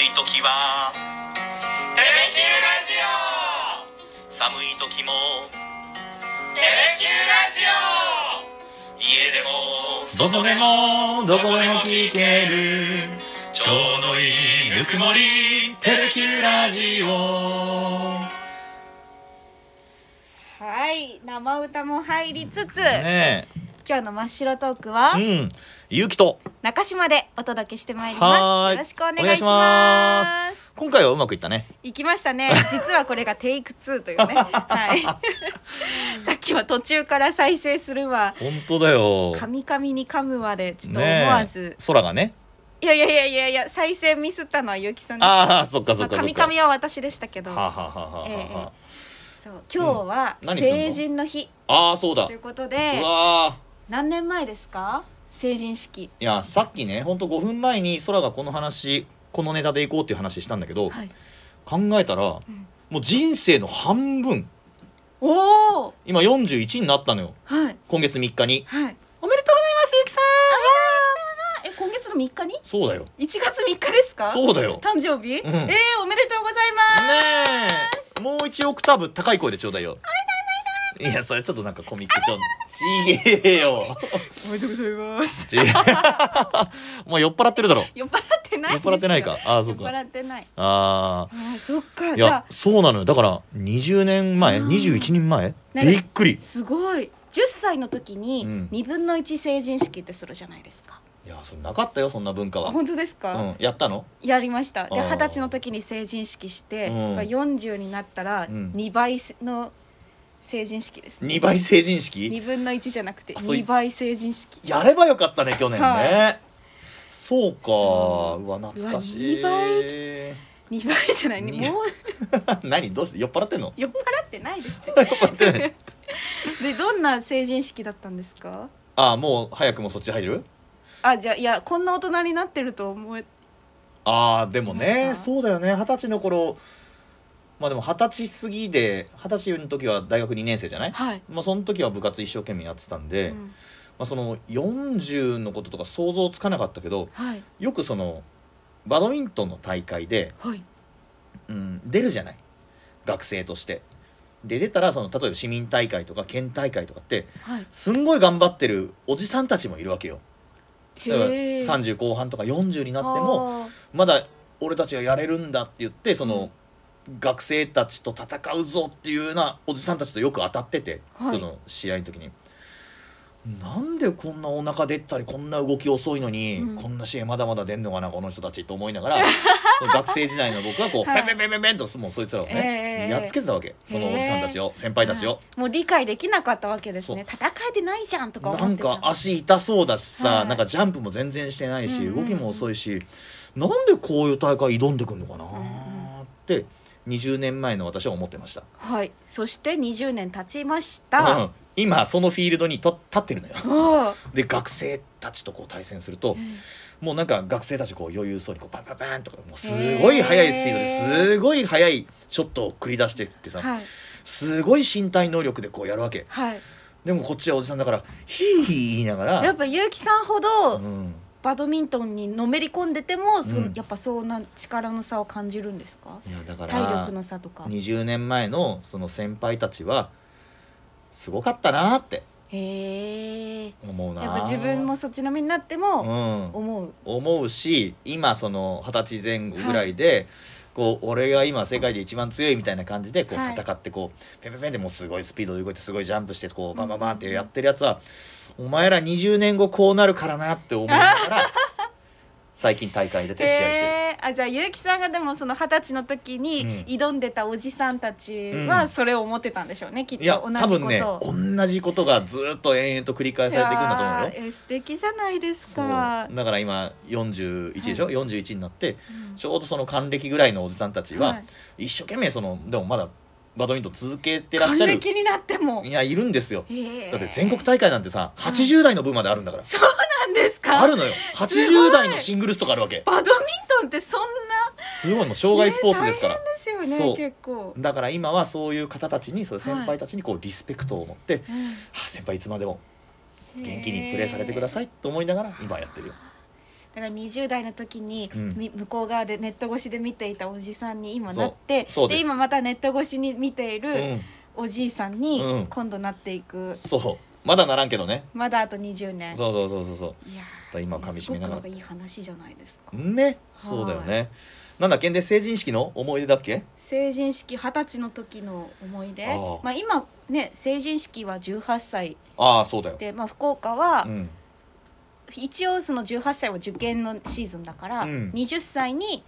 い時はテレキューラジオ寒い時もテレキューラジオ家でも外でもどこでも聞けるちょうどいいぬくもりテレキューラジオはい生歌も入りつつ、ね今日の真っ白トークはえうんゆうきと中島でお届けしてまいりはーまいすよろしくお願いします今回はうまくいったね行きましたね実はこれがテイク2という ねはい さっきは途中から再生するわ本当だよ噛み噛みに噛むまでちょっと思ねえわず、空がねいやいやいやいやいや再生ミスったのはゆうきさんですああそっかそまっあかそっか噛み噛みは私でしたけどはあはあはあはあえええはそう今日はうん何すんの成人の日ああーそうだということうでわ何年前ですか成人式ーいやさっきねほんと5分前に空がこの話このネタでいこうっていう話したんだけど、はい考えたら、もう人生の半分おお今41になったのよはい今月3日にはいおめでとうございますゆきさんえ今月の3日にそうだよ1月3日ですかそうだよ誕生日、うんえーおめでとうございますねえもう一オクターブ高い声でちょうだいよいやそれちょっとなんかコミック調ちげえよおめでとうございますちげえもう酔っ払ってるだろ酔っ払ってない酔でっ払っすよてないかああそ酔っっか払ってないああーそっかあいじゃやあそうなのよだから20年前あー21年前なんかびっくりすごい10歳の時にうん2分の1成人式ってするじゃないですか、いやそれなかったよそんな文化あは、本当ですか、うん、やったのやりましたであー二十歳の時に成人式して、うんまあ40になったらうん2倍の成人式です、 2倍成人式2分の1じゃなくてあそうい2倍成人式やればよかったね去年ね、はそうかそううわ懐かしいうわ2倍じゃないねにもう 何どうして酔っ払ってんの酔っ払ってないですって酔っ払って ないでどんな成人式だったんですかああもう早くもそっち入るあじゃあいやこんな大人になってると思えああでもまねしたそうだよね二十歳の頃まあでも二十歳過ぎで二十歳の時は大学2年生じゃない、はい、まあ、その時は部活一生懸命やってたんで、うまんあ、その40のこととか想像つかなかったけどはいよくそのバドミントンの大会で、はいうん、出るじゃない学生として。で出たらその例えば市民大会とか県大会とかってはいすんごい頑張ってるおじさんたちもいるわけよ。だからへえ30後半とか40になってもまだ俺たちがやれるんだって言ってその、学生たちと戦うぞっていうようなおじさんたちとよく当たってて、はいその試合の時に。なんでこんなお腹出たりこんな動き遅いのに、うんこんな試合まだまだ出んのかなこの人たちと思いな がら学生時代の僕はこう、はいペンペンペンペンペンともうそいつらをね、ええやっつけてたわけそのおじさんたちを先輩たちを。もう理解できなかったわけですね戦えてないじゃんとかな思っんてたか足痛そうだしさ、はいなんかジャンプも全然してないし、うんうんうん動きも遅いしなんでこういう大会挑んでくんのかなーって20年前の私は思ってました、はいそして20年経ちましうたん、今そのフィールドにと立ってるのよおーで学生たちとこう対戦するともうなんか学生たちこう余裕そうにこうパンパンパンとかもうすごい速いスピードへーですごい速いショットを繰り出してってさ、はいすごい身体能力でこうやるわけはいでもこっちはおじさんだからヒーヒー言いながらやっぱ結城さんほどうんバドミントンにのめり込んでてもその、うんやっぱそうな力の差を感じるんですかいやだから体力の差とか20年前のその先輩たちはすごかったなーってへえ思うなーやっぱ自分もそっちの身になってうもん思う思うし今その二十歳前後ぐらいで、こう俺が今世界で一番強いみたいな感じでこうはい戦ってこうペンペンペンでもうすごいスピードで動いてすごいジャンプしてこうバンバンバンってやってるやつはお前ら20年後こうなるからなって思いな がら最近大会出て試合してる。えー、あじゃあ結城さんがでもその二十歳の時にう挑んでたおじさんたちうはんそれを思ってたんでしょうね、きっとい同じやこと多分ね同じことがずーっと延々と繰り返されていくんだと思うよい。やーえー素敵じゃないですそうかだから今41でしょ、は41になってうんちょうどその還暦ぐらいのおじさんたちは、はい一生懸命そのでもまだバドミントン続けてらっ還しゃる暦になってもいやいるんですよへーだって全国大会なんてさ80代の分まであるんだから、なんですかあるのよ80代のシングルスとかあるわけバドミントンってそんなすごいもう障害スポーツですから、ですよそうね結構、だから今はそういう方たちにそういう先輩たちにこうリスペクトを持って、あ先輩いつまでも元気にプレーされてくだいさいと思いながら今やってるよだから20代の時に、うんみ向こう側でネット越しで見ていたおじさんに今なってそうそうですで今またネット越しに見ていうるんおじいさんにうん今度なっていく、そうまだならんけどねまだあと20年そうそうそうそうそういやだー今噛み締めながらすごくんかいい話じゃないですかねそうだよねなんだっけで成人式の思い出だっけ成人式二十歳の時の思い出あーまあ今ね成人式は18歳ああそうだよ、で、まあ、福岡はうん、一応その18歳は受験のシーズンだから、うん20歳に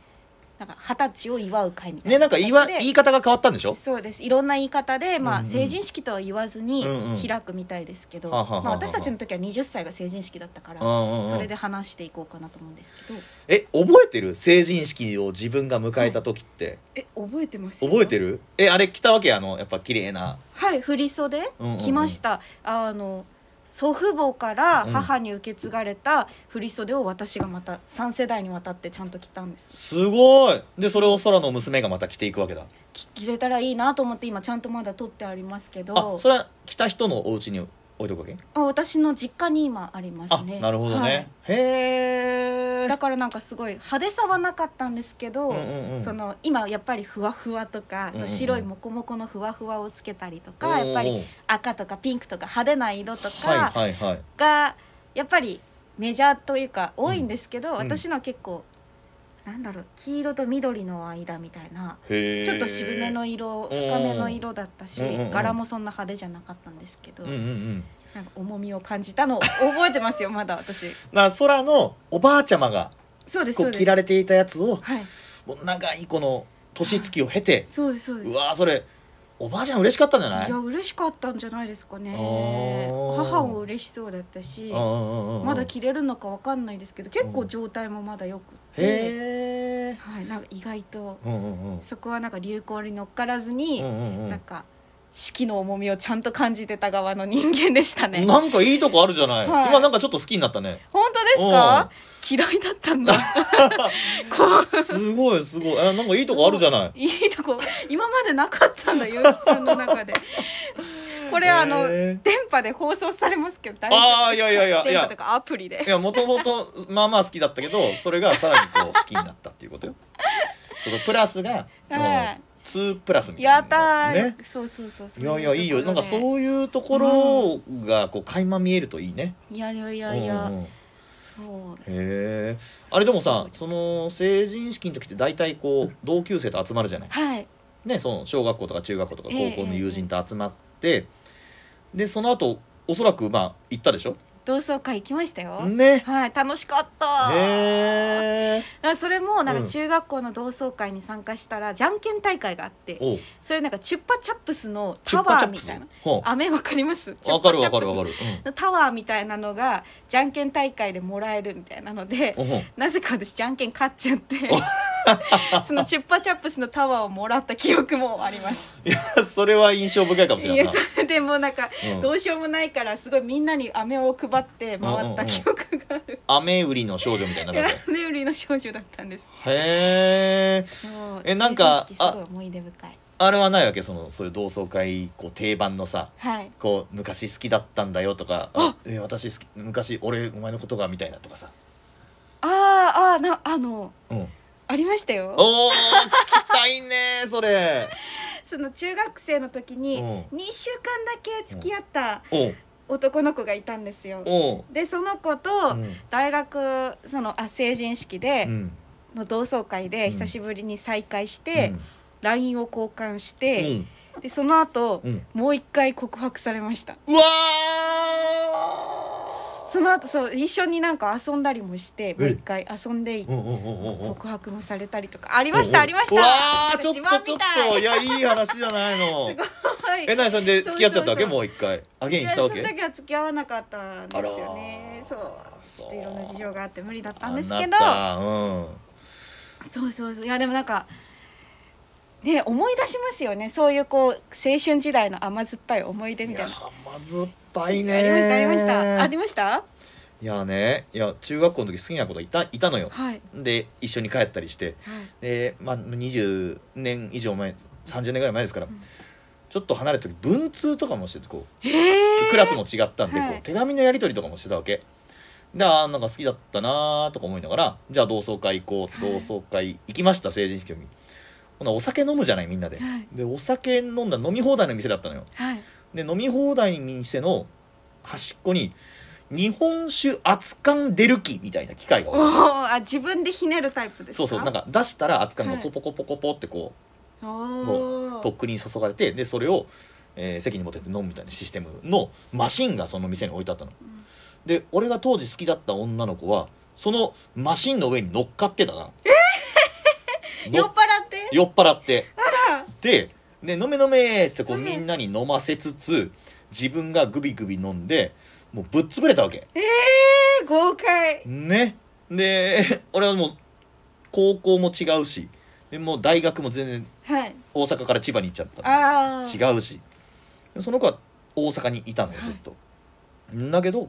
なんか二十歳を祝う会みたいなねなんか言いわ形で言い方が変わったんでしょそうですいろんな言い方で、まあうんうん成人式とは言わずにうんうん開くみたいですけど、はあはあはあまあ、私たちの時は20歳が成人式だったから、うんうんうんそれで話していこうかなと思うんですけどえ覚えてる成人式を自分が迎えた時って、え覚えてます覚えてるるえあれ来たわけあのやっぱ綺麗なはい振り袖、うんうんうん来ましたあの祖父母から母に受け継がれた振り袖を私がまた3世代にわたってちゃんと着たんですすごいでそれを空の娘がまた着ていくわけだき着れたらいいなと思って今ちゃんとまだ取ってありますけどあそれは来た人のお家に置いとくわけ、あ私の実家に今ありまあすねなるほどはねい、へえだからなんかすごい派手さはなかったんですけど、うんうんうんその今やっぱりふわふわとか、うんうん白いモコモコのふわふわをつけたりとかやっぱり赤とかピンクとか派手な色とかはいはいはいがやっぱりメジャーというか多いんですけど、私のは結構なんだろう黄色と緑の間みたいなへえちょっと渋めの色深めの色だったし、うんうんうん柄もそんな派手じゃなかったんですけど、うんうんうんなんか重みを感じたのを覚えてますよまだ私な空のおばあちゃまがそうですこそううで着すられていたやつをはいもう長いこの年月を経てそうですそうですうわーそれおばあちゃん嬉しかったんじゃないいや嬉しかったんじゃないですかねあー母も嬉しそうだったしままだ着れるのかわかんないですけど結構状態もまだよくて、へえはい、なんか意外とうんうんうんそこはなんか流行に乗っからずうに、んうんうなんか四季の重みをちゃんと感じてた側の人間でしたねんなんかいいとこあるじゃないはい今なんかちょっと好きになった ね本当ですか嫌いだっ たんだこうすごいすごいあなんかいいとこあるじゃないいいとこ今までなかったんだ結城さんの中で これあのへー電波で放送されますけど大あーですかいやいやいや電波とかアプリでいやもともとまあまあ好きだったけどそれがさらにこう好きになったっていうことよそのプラスがはいうん2プラスみたいなやったー、ねそうそうそうそういやいやいいよなんかうそういうところがこう垣間見えるといいね。いやいやいやいや、うんうんへそうですえ。あれでもさその成人式の時って大体こう同級生と集まるじゃない。はいねその小学校とか中学校とかええ高校の友人と集まってでその後おそらくまあ行ったでしょ。同窓会行きましたよ、ね。はい楽しかったへえ。だからそれもなんうんか中学校の同窓会に参加したら、じゃんけん大会があっておうそれなんかチュッパチャップスのチュタッパワチーャッみプスたいな。ほうあめわかりますわかるわかるチュッパチャップスわかる。のタワーみたいなのがじゃんけん大会でもらえるみたいなのでうん。おほなぜか私じゃんけん勝っちゃって そのチュッパチャップスのタワーをもらった記憶もありますうそれは印象深いかもしいれやないそれでもなんかな。どうんうしようもないからすごいみんなに飴を配って回った記憶がある雨売りの少女みたいな感じ。飴売りの少女だったんです へえ。そうえなんか成人式すごい思い出深いあれはないわけそのそういう同窓会こう定番のさはいこう昔好きだったんだよとか「あえー私好き昔俺お前のことが」みたいなとかさ、あーあーなあのうん、ありましたよおー聞きたいねそれ その中学生の時にう2週間だけ付き合ったおう男の子がいたんですよおうでその子うとん大学そのあ成人式うでんの同窓会で久しぶりに再会してうん LINE を交換しうてんでその後うんもう一回告白されましたうわその後そう一緒になんか遊んだりもしてもう一回遊んでーうんうんうんうんうん告白もされたりとかありましたありましうわたーちょっと自慢ちょみったいといやいい話じゃないの すごいえなにそれで付き合っちゃったわけそうそうそうもう一回アゲインしやたそわのけ時は付き合わなかったんですよねあそらうちょっといろんな事情があって無理だったんですあけどなたうんそうそうそういやでもなんかね思い出しますよねそういうこう青春時代の甘酸っぱい思い出みたいな。や甘酸っぱいねありましたありましたありましたいやねいや中学校の時好きな子がいたいたのよはいで一緒に帰ったりしてはいで、まあ、20年以上前30年ぐらい前ですから、んちょっと離れてた時文通とかもしててこうえークラスも違ったんでこう、はい手紙のやり取りとかもしてたわけであーなんか好きだったなーとか思いながらじゃあ同窓会行こうはい同窓会行きました成人式の日ほなお酒飲むじゃないみんなで、はいでお酒飲んだ飲み放題の店だったのよはいで飲み放題の店の端っこに日本酒熱燗出るきみたいな機械が置いてあっおてーあ自分でひねるタイプですそかうそうなんかか出したら熱燗がはいポポコポコポってこおう、ーとっくに注がれてでそれを、えー席に持ってって飲むみたいなシステムのマシンがその店に置いてあったの。んで俺が当時好きだった女の子はそのマシンの上に乗っかってたな。の 酔っ払って酔っ払って。らでで飲め飲めってこう飲めみんなに飲ませつつ自分がグビグビ飲んでもうぶっ潰れたわけ。えー、豪快ねで 俺はもう高校も違うしでもう大学も全然はい大阪から千葉に行っちゃったのああ違うしその子は大阪にいたのよずっと、だけど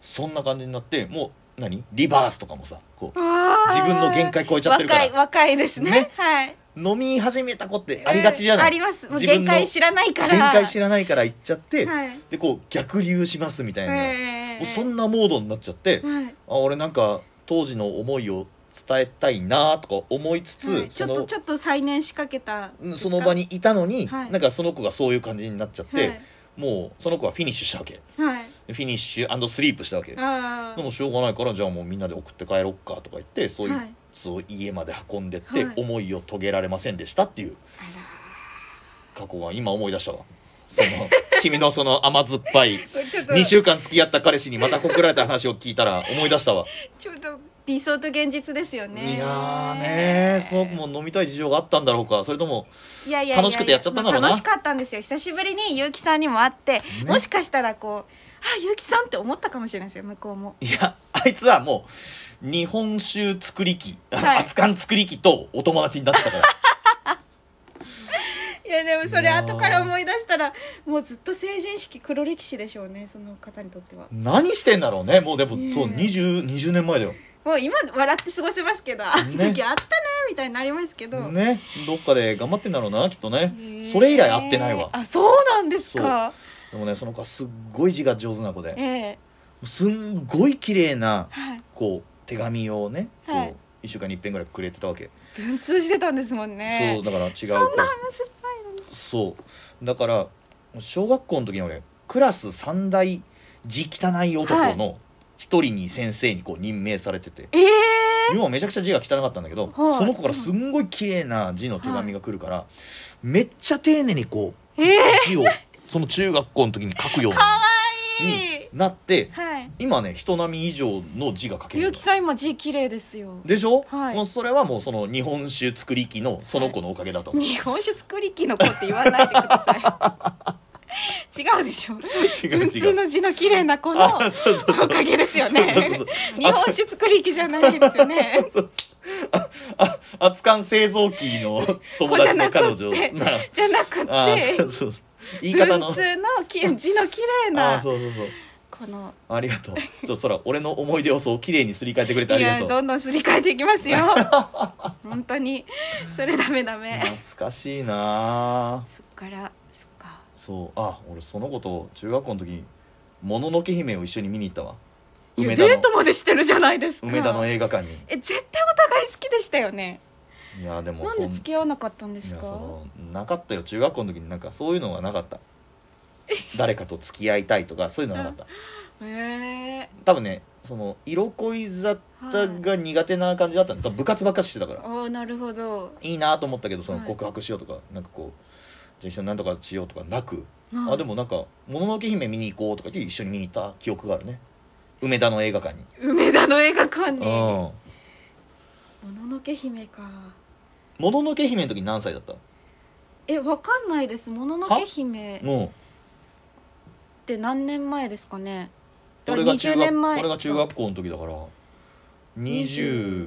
そんな感じになってもう何リバースとかもさこう自自分の限界超えちゃってるから若い若いですねねはい飲み始めた子ってありがちじゃなうい、んありますもう自分限の界知らないから限界知ららないから行っちゃって、はいでこう逆流しますみたいな、えもうそなんなモードになっちゃって、はいあ俺なんか当時の思いを伝えたいなとか思いつつ、はいちょそっのとちょっと再燃しかけたうんその場にいたのに、はいなんかその子がそういう感じになっちゃっはて、いもうその子はフィニッシュしたわけはいフィニッシュスリープしたわけでああもしょうがないからじゃあもうみんなで送って帰ろっかとか言ってそういはいうつを家まで運んでって、はい思いを遂げられませんでしたっていう過去は今思い出したわその君のその甘酸っぱいこれちょっと2週間付き合った彼氏にまた告られた話を聞いた ら思い出したわ、ちょっと理想と現実ですよねいやーねーその子も飲みたい事情があったんだろうかそれともいやいやいや楽しくてやっちゃったんだろうなまあ楽しかったんですよ久しぶりに結城さんにも会って、もしかしたらこうあ結城さんって思ったかもしれないですよ向こうもいや あいつはもう日本酒作り機、はい熱燗作り機とお友達になって たからいやでもそれうわー後から思い出したらもうずっと成人式黒歴史でしょうねその方にとっては何してんだろうねもうでもねえそう 20, 20年前だよもう今笑って過ごせますけどあの時あったねみたいになりますけど、ねどっかで頑張ってんだろうなきっとねへーそれ以来会ってないわあそうなんですかでもねその子はすっごい字が上手な子えでえすんごい綺麗なはいこう手紙をねこう、はい1週間に1遍ぐらいくれてたわけ、文通してたんですもんそねうだから違うそんな子甘酸っぱいのにそうだから小学校の時に俺クラス三大字汚い男の一人に先生にこう任命されてて、ええ要はめちゃくちゃ字が汚かったんだけど、はいその子からすんごい綺麗な字の手紙が来るから、めっちゃ丁寧にこう、え字をその中学校の時に書くよかわういいになってはい今ね人並み以上の字が書けるよ結城さん今字綺麗ですよでしょ、はいもうそれはもうその日本酒作り機のその子のおかげだと思う、日本酒作り機の子って言わないでください違うでしょ違う文違通うの字の綺麗な子のあそうそうそうおかげですよねそうそうそう日本酒作り機じゃないですよねそうそうああ熱燗製造機の友達の彼女子じゃなくてなじゃなくあてそうそうそう言い方の文通のき字の綺麗あなそうそうそうこのありがとうちょそら俺の思い出をそう綺麗にすり替えてくれてあいりがやとうどんどんすり替えていきますよ本当にそれダメダメ懐かしいなあそっからそっかそうあ俺その子と中学校の時もののけ姫を一緒に見に行ったわいや梅田デーのトまでしてるじゃないですか梅田の映画館にえ絶対お互い好きでしたよねいやでもなんでん付き合わなかったんでいすやかそのなかったよ中学校の時になんかそういうのがなかった誰かと付き合いたいとかそういうのはなかったへえ多分ねその色恋沙汰が苦手な感じだったの、多分部活ばっかしてたからああなるほどいいなと思ったけどそのはい告白しようとか、なんかこうじゃあ一緒になんとかしようとかなく、ああでもなんか「もののけ姫見に行こう」とか言って一緒に見に行った記憶があるね梅田の映画館に、梅田の映画館うんにもののけ姫かもののけ姫の時何歳だったえわかんないですもののけ姫っもて何年前ですかねうだから俺が中20学年前俺が中学校の時だから2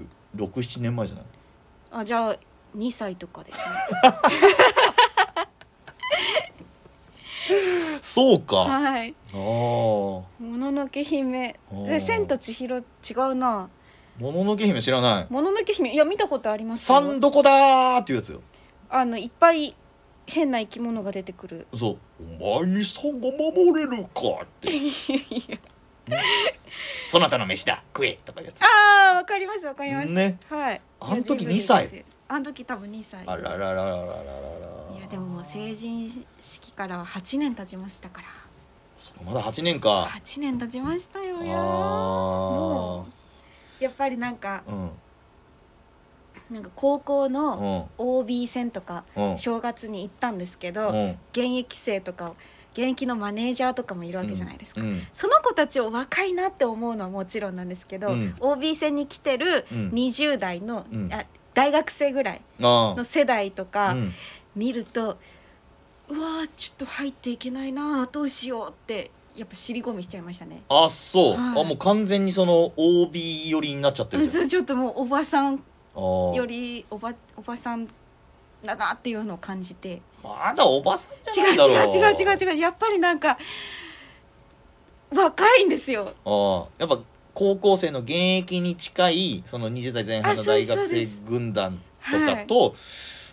6 7年前じゃないあじゃあ2歳とかですねそうかあはいあももののけ姫おえー千と千尋違うなののけ姫知らないもののけ姫いや見たことありますよ三どこだーっていうやつよあのいっぱい変な生き物が出てくる そう「お前にさんが守れるか」ってそなたの飯だ食えとかいうやつああわかりますわかります。ね。はい。あの時いや2歳。ディブリですよあの時多分2歳。あららららららららいやでももう成人式からは8年経ちましたから。そうまだ8年か8年経ちましたよいやー。あもやっぱりなんかあうんなんか高校うのん OB 戦とかうん正月に行ったんですけど、うん現役生とか現役のマネージャーとかもいるわけじゃないですか。うんその子たちを若いなって思うのはもちろんなんですけど、うん OB 戦に来てるうん20代の、うんあ大学生ぐらいあの世代とあかうん見ると、うわーちょっと入っていけないなーどうしようってやっぱ尻込みしちゃいましたね。あそうあはいもう完全にその OB 寄りになっちゃってるじそゃんうちょっともうおばさんあーよりおばおばさんだなっていうのを感じてまだおばさんじ違ゃうないだろ違う違う違うう違うやっぱりなんか若いんですよ。ああやっぱ高校生の現役に近いその20代前半のあそう大です学そう生です軍団とかと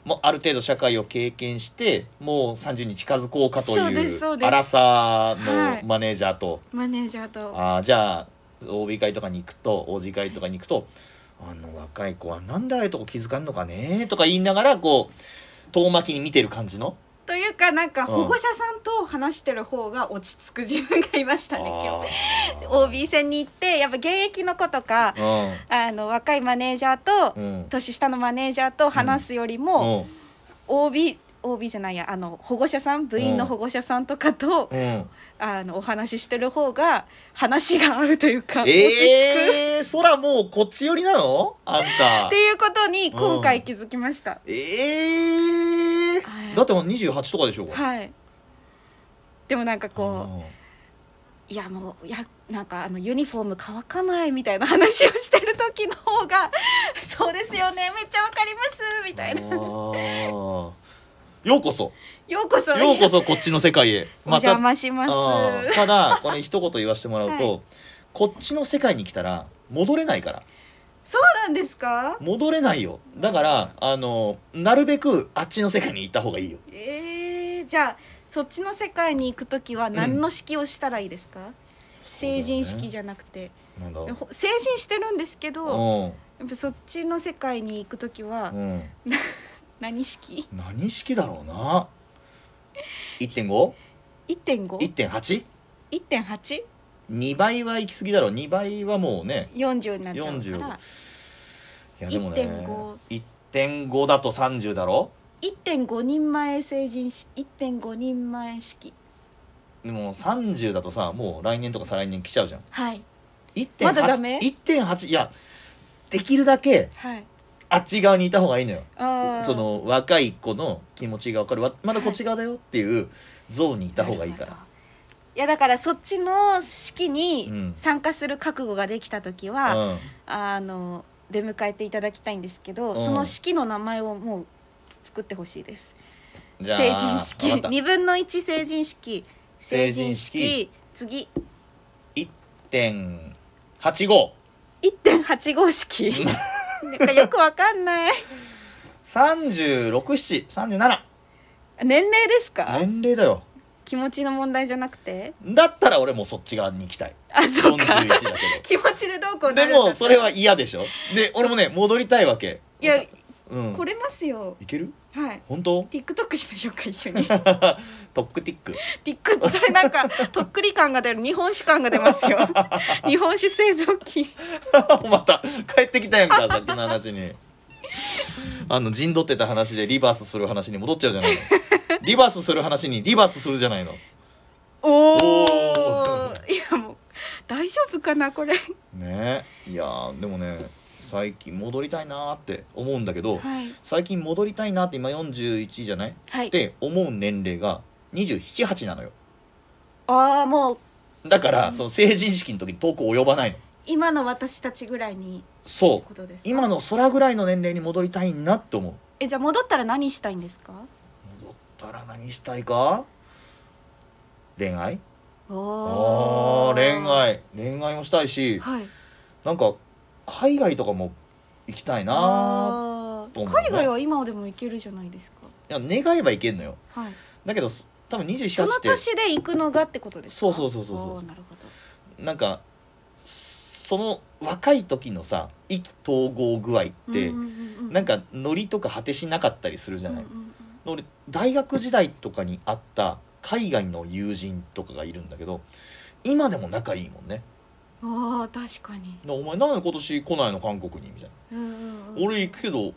もうある程度社会を経験してもう30に近づこうかとそうでいすうそうですアラサはーのいマネージャーと、マネージャーとああじゃあ OB 会とかに行くと OG 会とかに行くとあの若い子はなんでああいうとこ気づかんのかねとか言いながらこう遠巻きに見てる感じのというかなんかうん保護者さんと話してる方が落ち着く自分がいましたね今日。あー OB 戦に行ってやっぱ現役の子とかあの若いマネージャーとうんうん年下のマネージャーと話すよりも、OB OB じゃないやあの保護者さん部員の保護者さんとかと、うんうんあのお話ししてる方が話が合うというか、落ち着くええー、そらもうこっち寄りなのあんたっていうことに今回気づきました。ええはー、いだってもう28とかでしょうかはいでもなんかこうんういやもういやなんかあのユニフォーム乾かないみたいな話をしてる時の方が 「そうですよねめっちゃわかります」みたいなあーようこそ「ようこそようこそこっちの世界へお邪魔します」あーただこれ一言言わせてもらうと、こっちの世界に来たら戻れないからそうなんですか戻れないよだからあのなるべくあっちの世界に行った方がいいよえー、じゃあそっちの世界に行く時は何の式をしたらいいですか、成人式じゃなくて、なんだほ成人してるんですけうどん、やっぱそっちの世界に行く時はうん、何式何式だろうな 1.5?1.8?2 1.5?1.8?40 倍は行き過ぎだろう2倍はもうねになっちゃうからいやでもね1.5 1.5だと30だろ1.5人前成人式1.5人前式でも30だとさもう来年とか再来年来ちゃうじゃんはい1.8まだダメ1.8いやできるだけはいあっち側にいた方がいいのよあーその若い子の気持ちが分かるわまだこっち側だよっていうゾーンにいた方がいいからなるほどいやだからそっちの式うにん参加する覚悟ができた時は、うんあの出迎えていただきたいんですけど、うんその式の名前をもう作ってほしいですじゃあ成人式わかった2分の1成人式成人式次1.85 1.85式 なんかよくわかんない3637年齢ですか、年齢だよ気持ちの問題じゃなくてだったら俺もそっち側に行きたいあそうか41だけど気持ちでどうこうでなるんだったもらそれは嫌でしょで俺もね戻りたいわけいやさうん来れますよいけるはい本当 TikTok しましょうか一緒にトックティック TikTok それなんかとっくり感が出る日本酒感が 出ますよ日本酒製造機また帰ってきたやんかさっきの話にあの陣取ってた話でリバースする話に戻っちゃうじゃない のリバースする話にリバースするじゃないのおおおいやもう大丈夫かなこれねえいやーでもね最近戻りたいなーって思うんだけど、はい最近戻りたいなって今41じゃないはっいて思う年齢が278なのよああもうだから、うんその成人式の時に遠く及ばないの今の私たちぐらいにそうことですか今の空ぐらいの年齢に戻りたいなって思うえじゃあ戻ったら何したいんですか戻ったら何したいか恋愛おあーお恋愛恋愛もしたいしはいなんか海外とかも行きたいなあとー思うね海外は今でも行けるじゃないですかいや願えば行けんのよはいだけどす多分そ28のって年で行くのがってことですかそうそうそうそうそうおーなるほどなんかその若い時のさ意気投合具合って、なんかかノリとか果てしなかったりするじゃない、うんうん俺大学時代とかに会った海外の友人とかがいるんだけど今でも仲いいもんねうんあー確かに「でお前なんで今年来ないの韓国に」みたいなうんうん「うん俺行くけどお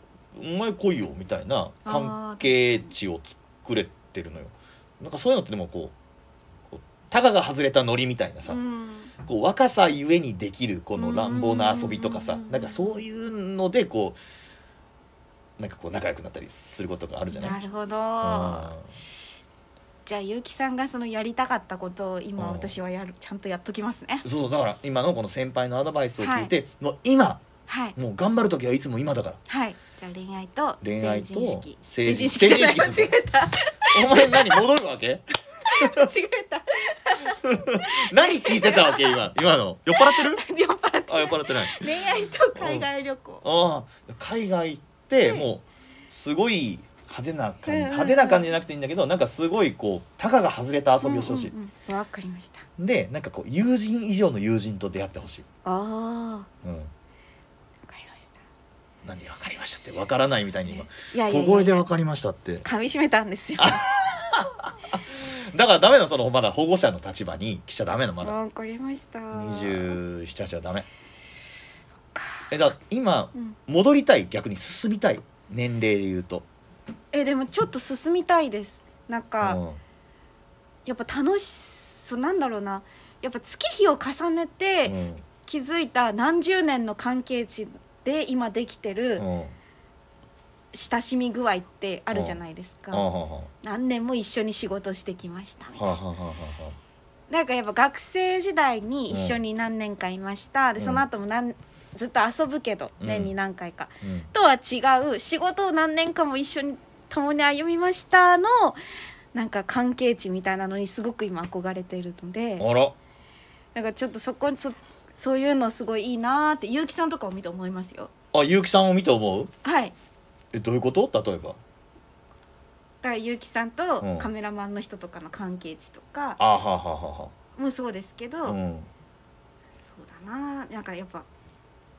前来いよ」みたいな関係値を作れてるのよなんかそういうのってでもこうこうタガが外れたノリみたいなさ、うんこう若さゆえにできるこの乱暴な遊びとかうさんうんうんなんかそういうのでこうなんかこう仲良くなったりすることがあるじゃないなるうほどんじゃあゆうきさんがそのやりたかったことを今うん私はやるちゃんとやっときますねそうそうだから今のこの先輩のアドバイスを聞いて、もう今はいもう頑張る時はいつも今だからはいじゃあ恋愛と恋愛成人と式成人成人式じゃない成人式する間違えたお前何戻るわ け間違えた何聞いてたわけ今今の酔っ払ってる酔っ払ってあ酔っ払ってない恋愛と海外旅行ああ海外行ってはいもうすごい派手な感じ、うんうんうん派手な感じじゃなくていいんだけどなんかすごいこうタガが外れた遊びをしてほしい、うんうんうんわかりましたでなんかこう友人以上の友人と出会ってほしい、ああわうん、かりました何で分かりましたって分からないみたいに今いやいや小いや声で分かりましたって噛み締めたんですよだからダメなのそのまだ保護者の立場に来ちゃダメのまだわかりました27はダメえだから今うん戻りたい逆に進みたい年齢で言うとえでもちょっと進みたいですなんか、うんやっぱ楽しそうなんだろうなやっぱ月日を重ねうてん気づいた何十年の関係値で今できてるうんうん親しみ具合ってあるじゃないですはあかはあは何年も一緒に仕事してきましたみあたいはあはなあはあはなんかやっぱ学生時代に一緒に何年かいました、でうんその後もなんずっと遊ぶけどうん年に何回か、あうんとは違う仕事を何年間も一緒に共に歩みましたのなんか関係値みたいなのにすごく今憧れているのであらなんかちょっとそこにそそういうのすごいいいなーって結城さんとかを見て思いますよ。あ結城さんを見て思うはいえどういうこと例えばだから結城さんうんとカメラマンの人とかの関係値とかあはあはあはもそうですけど、あはあうんそうだなーなんかやっぱ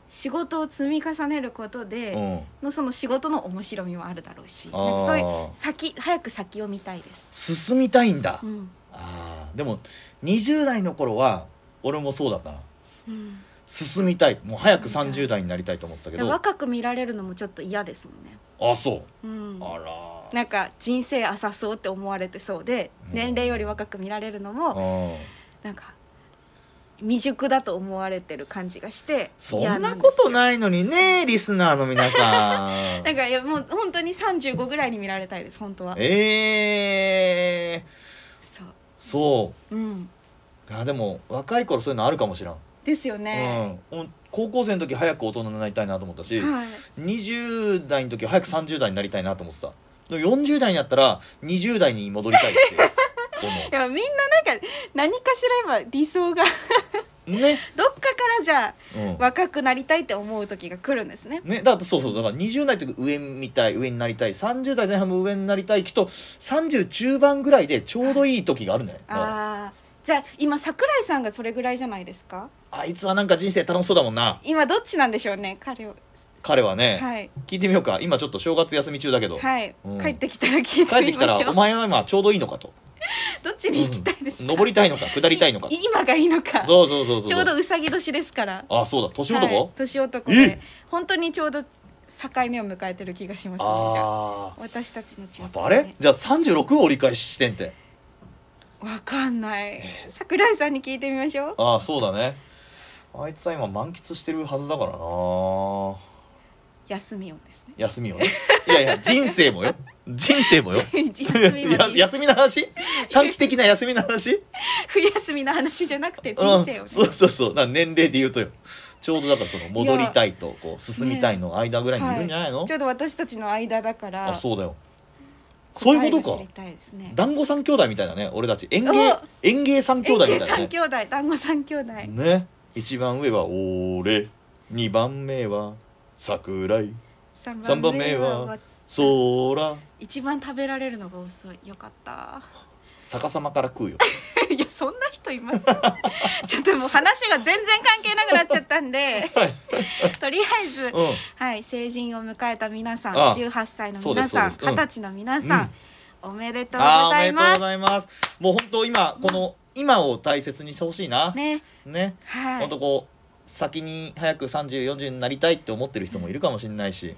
仕事を積み重ねることで、うんのその仕事の面白みもあるだろうしあなんかそういうー先早く先を見たいです。進みたいんだうんあーでも20代の頃は俺もそうだったなうん進みたいもう早く進みたい30代になりたいと思ってたけど若く見られるのもちょっと嫌ですもんね、あそううん、あらなんか人生浅そうって思われてそうでうん年齢より若く見られるのもうんなんか未熟だと思われてる感じがしてそ嫌んなですことないのにねリスナーの皆さん なんかいやもう本当に35ぐらいに見られたいです本当はええそ、そううん、うあでも若い頃そういうのあるかもしらん、ですよね、うんうん、高校生の時早く大人になりたいなと思ったし、はい、 20代の時早く30代になりたいなと思ってたでも40代になったら20代に戻りたいって いやみんななんか何かしら今理想が思うね、どっかからじゃあうん、若くなりたいって思う時が来るんですねね、だからそうそうだから20代の時上みたい上になりたい30代前半も上になりたいきっと30中盤ぐらいでちょうどいい時があるんだよだからああじゃあ今桜井さんがそれぐらいじゃないですかあいつはなんか人生楽しそうだもんな今どっちなんでしょうね彼を彼はね、はい聞いてみようか今ちょっと正月休み中だけど、はい、うん帰ってきたら聞帰っいててきたみまらしょおう前は今ちょうどいいのかとどっちに行きたいですか、登りたいのか下りたいのかい今がいいのかそうそうそうそうちょうどうさぎ年ですからあそうだ年男、はい年男えで本当にちょうど境目を迎えてる気がしますねじゃああ私たちのー中あ学とあれじゃあ36を折り返ししてんってわかんない桜井さんに聞いてみましょうああそうだねあいつは今満喫してるはずだからな休みをですね 休みをねいやいや人生もよ人生もよ休みはや休みの話短期的な休みの話冬休みの話じゃなくて人生を、うん、ね、そうそうそうだから年齢で言うとよちょうどだからその戻りたいとこう進みたいの間ぐらいにいるんじゃないの、ちょうど私たちの間だからあそうだよそういうこと答えを知かりたいですね団子三兄弟みたいなね俺たち園芸お園芸三兄弟みたいな三ね兄弟団子三兄弟、ね一番上は俺二番目は桜井三三番目は空一番食べられるのが遅いよかった逆さまから食うよ いやそんな人います ちょっともう話が全然関係なくなっちゃったんでとりあえず、うんはい、成人を迎えた皆さんああ18歳のそうで皆すそうでさんす二うん十歳の皆さん、おめでとうごあーおざめいでとうまごすざいますもう本当今この今を大切にしてほしいなねねはい本当こう先に早く3040になりたいって思ってる人もいるかもしれないし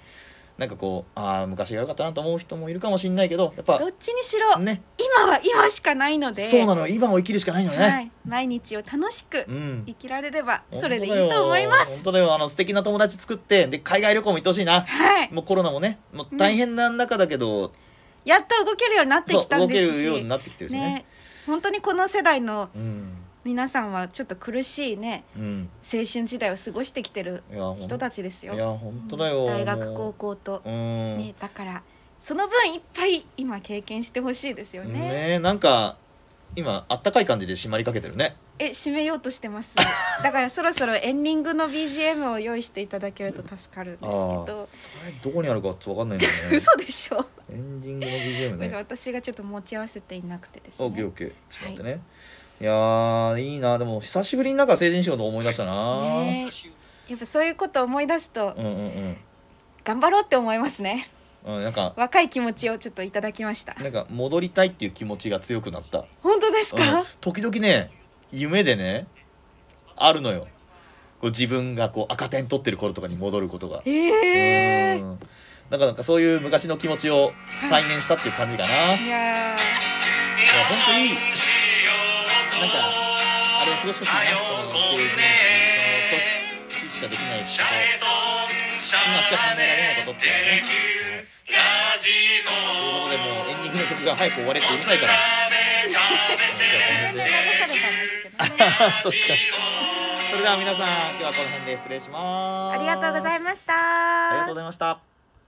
なんかこうああ昔が良かったなと思う人もいるかもしれないけどやっどぱっちにしろ、ね今は今しかないのでそうなの今を生きるしかないのね、はい、毎日を楽しくうん生きられればそれでいいと思い本当だよます本当だよあの素敵な友達作ってで海外旅行も行ってほしいなはいもうコロナもねもう大変な中だけど、やっと動けるようになってそうきたん動でけすしるようになってきてるしねね本当にこの世代のうん皆さんはちょっと苦しいねうん青春時代を過ごしてきてるいやほん人たちですよいや本当だよ大学も高う校と、うんねだからその分いっぱい今経験してほしいですよねねえなんか今あったかい感じで締まりかけてるねえ締めようとしてます だからそろそろエンディングの BGM を用意していただけると助かるんですけあーどそれどこにあるかちょっとわかんないんだ よね嘘でしょ、エンディングの BGM ごめんなさいね私がちょっと持ち合わせていなくてですオッケーねオッケーちょっと待ってね、い、やーいいなでも久しぶりになんか成人式のこと思い出したな、ねえやっぱそういうことを思い出すとうんうんうん頑張ろうって思いますねうん、なんか若い気持ちをちょっといただきましたなんか戻りたいっていう気持ちが強くなった、本当ですか、うん時々ね夢でねあるのよこう自分がこう赤点取ってる頃とかに戻ることがええうんなんかなんかそういう昔の気持ちを再燃したっていう感じかな、いやいやー本当いいなんかあれ過ごしてほしいなこの成人式その時しかできないしシャレドンシャラネデレキューラジということでオもうエンディングの曲が早く終われってうるさいから鍋食べて全然流されたんですけどねそっかそれでは皆さん今日はこの辺で失礼しますありがとうございましたありがとうございました